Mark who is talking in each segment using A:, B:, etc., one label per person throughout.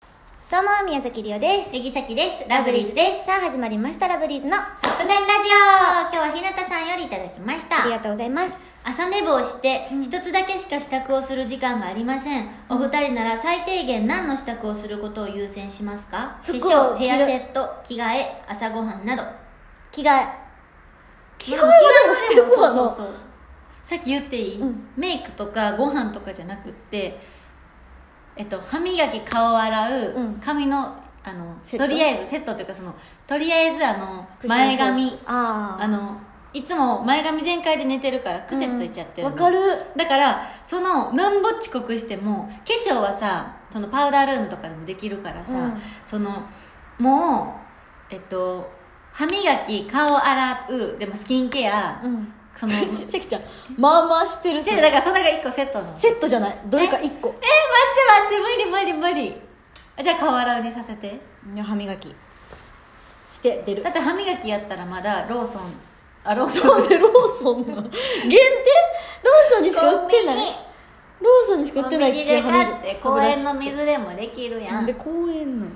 A: どうも、宮崎りおです。
B: 杉崎です。ラブリーズです。。
A: さあ、始まりました、ラブリーズの。あ
B: カップ麺ラジオ今日は日向さんよりいただきました。
A: りがとうございます。
B: 朝寝坊して、一つだけしか支度をする時間がありません。お二人なら最低限何の支度をすることを優先しますか化
A: 服を
B: 粧、
A: 着
B: ヘ
A: る
B: アセット、着替え、朝ごはんなど。
A: 着替え。着替えは
B: まあ
A: でもしてるわ
B: そう
A: な。
B: そうそうさっき言っていい、
A: うん
B: メイクとかご飯とかじゃなくって、えっと、歯磨き顔洗う、
A: うん
B: 髪のあの
A: セット
B: とりあえずセットっていうかそのとりあえずあの
A: クッション
B: 前髪
A: コースああ。
B: あのいつも前髪全開で寝てるから癖ついちゃってる
A: わ
B: の
A: かる。
B: だからそのなんぼ遅刻しても化粧はさそのパウダールームとかでもできるからさ、
A: うん
B: そのもうえっと歯磨き顔洗うでもスキンケア、
A: うん。
B: その
A: ちちゃきちゃん、まあまあしてるし。
B: でだからそれが1個セットなのえ待
A: セットじゃない。どれか一個。
B: って待って無理無理無理あじゃあ顔洗うにさせて
A: 歯磨き。して、出る
B: だ。って歯磨きやったらまだローソンあロー ソン
A: なんでローソンなの限定ローソンにしか売ってない
B: コンビニ
A: ローソンにしか売ってないっ
B: コンビニ
A: け
B: で
A: 歯
B: 買
A: 磨
B: っ
A: き
B: て公園の水でもできるや
A: なん
B: ん
A: で公園なの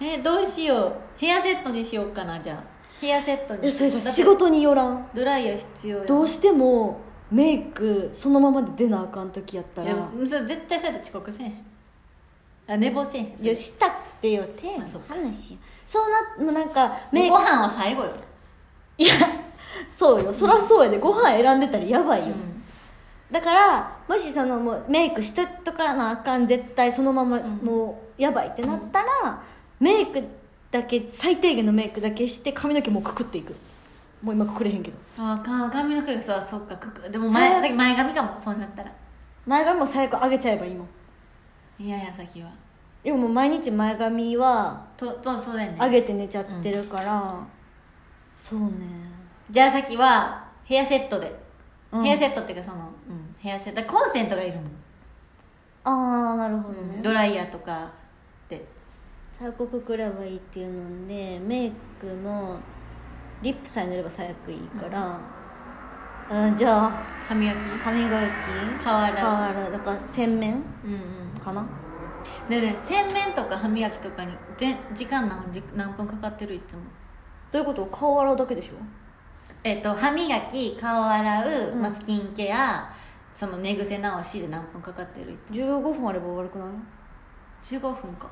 B: えどうしようヘアセットにしようかなじゃあヘアセットに
A: いやそれさ
B: だって
A: 仕事によらん
B: ドライヤー必要やん
A: どうしてもメイクそのままで出なあかん時やった
B: い
A: ら
B: やそれ絶対そうやって遅刻せえへんあ寝坊せえへん
A: いやしたってよ手の
B: あそっ
A: 話やそうなもうなんかメイ
B: ご
A: ク
B: 飯は最後よ、
A: いやそうよそらそうやでご飯選んでたらやばいよ、
B: うん
A: だからもしそのもうメイクしとっとかなあかん絶対そのまま
B: ん
A: もうやばいってなったら、メイクだけ最低限のメイクだけして髪の毛もうくくっていくもう今くくれへんけど
B: ああか髪の毛がさそっかくくでも
A: そう
B: 前さっき前髪かもそうなったら
A: 前髪も最悪上げちゃえばいいもん
B: いやいや先は
A: でももう毎日前髪は
B: ととそうだよ
A: 上
B: ね
A: げて寝ちゃってるから、そうね
B: じゃあ先はヘアセットで、
A: うん
B: ヘアセットっていうかその、うん、ヘアセットだからコンセントがいるもん、
A: ああなるほどね、
B: ドライヤーとかって
A: 最悪くくればいいっていうのでメイクもリップさえ塗れば最悪いいから、あーじゃあ
B: 歯磨き
A: 歯磨き
B: 顔洗う
A: 顔洗うだから洗面
B: うんうん
A: かな
B: ねえねえ洗面とか歯磨きとかに全時間何時何分かかってるいつも
A: どういうこと顔洗うだけでしょ
B: えっ、と歯磨き顔洗う、
A: うん
B: まあ、スキンケアその寝癖直しで何分かかってるい
A: 15分あれば悪くない
B: つも15分か、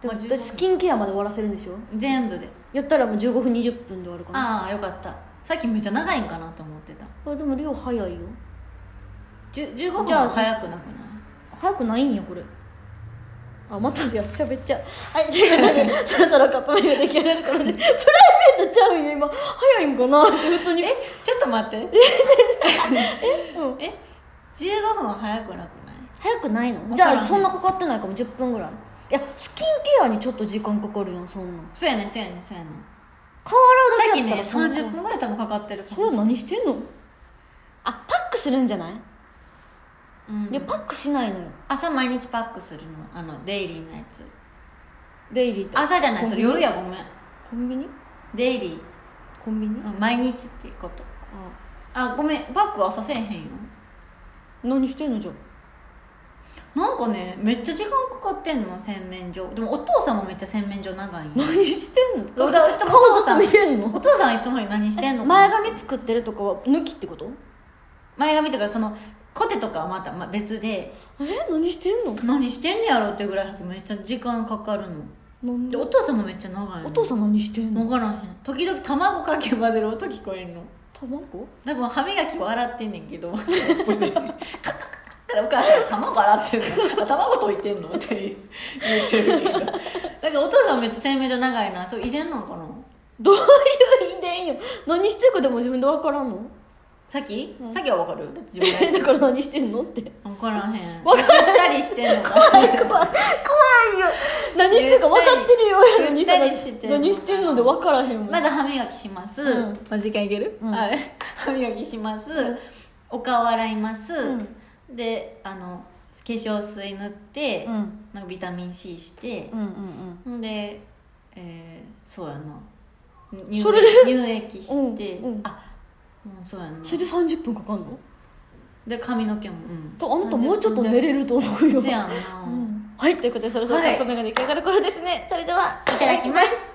A: でも
B: ま
A: だっ
B: あ15
A: て
B: 分
A: スキンケアまで終わらせるんでしょ
B: 全部で
A: やったらもう15分20分で終わるかな
B: ああよかったさっきめっちゃ長いんかなと思ってた
A: これでも量早いよ
B: じゅ15分
A: じゃあ
B: は早くなくない
A: 早くないんやこれあまたやしゃべっちゃうはいということでそろそろカップ麺が出来上がるからねプライベートちゃうよ今早いんかなって普通に
B: えちょっと待って え、
A: うん
B: え15分は早くなくない
A: 早くないの
B: ん
A: じゃあそんなかかってないかも10分ぐらいいやスキンケアにちょっと時間かかるやんそんなん
B: そうやねそうやねそうやね
A: 顔
B: さっ
A: 洗
B: き
A: うだけや
B: ね
A: ったら
B: 30分ぐらい多分かかってるか
A: それは何してんのあパックするんじゃない、
B: うん
A: いやパックしないのよ
B: 朝毎日パックするのあのデイリーのやつ
A: デイリーと
B: 朝じゃない
A: コン
B: そ
A: ビ
B: れ
A: ニ
B: 夜やごめん
A: コンビニ
B: デイリ
A: コンビニ、
B: ー、うん、毎日っていうこと
A: あ
B: あごめんパックは朝せえへんよ
A: 何してんのじゃあ
B: なんかねめっちゃ時間かかってんの洗面所でもお父さんもめっちゃ洗面所長いんよ
A: 何してんの顔
B: そう
A: ずっ
B: だからお父さ
A: と
B: ん
A: 見てんの
B: お父さんはいつもより何してんのか
A: 前
B: な
A: 髪作ってるとかは抜きってこと
B: 前髪とかそのコテとかはまたま別で
A: え何してんの
B: 何してんねやろってぐらいめっちゃ時間かかるの
A: なんで
B: でお父さんもめっちゃ長いの
A: お父さん何してん
B: 分
A: の
B: からへん時々卵かけ混ぜる音聞こえんの
A: 卵
B: 多分歯磨きを洗ってんねんけどカカカカカお母さん卵洗ってんのあ卵溶いてんのって言ってるけどだからお父さんめっちゃ生命所長いなそう遺伝なんかな
A: どういう遺伝よ何してるかでも自分で分からんの
B: さっき、さっきは分かるだって自分
A: え
B: で
A: だから何してんのって
B: 分からへんゆったりしてんのかな
A: 何してるか分かってるようやのにさ
B: ゆったりしてんの
A: 何してんので分からへんもん
B: まず歯磨きします、
A: うん
B: まあ時間いける、
A: うん
B: はい歯磨きします、お顔洗います、であの化粧水塗って、
A: うんうん
B: なんかビタミン C して、
A: うんうん
B: んで、えー、そうやな乳
A: それで
B: 乳液して、
A: うんうん
B: あうんそうやな
A: それで30分かかんの
B: で髪の毛もうん
A: とあんたもうちょっと寝れると思うよ
B: そうやな、
A: うんはいということでそろそろカップ麺が出来上がる頃ですね、それではい
B: ただきます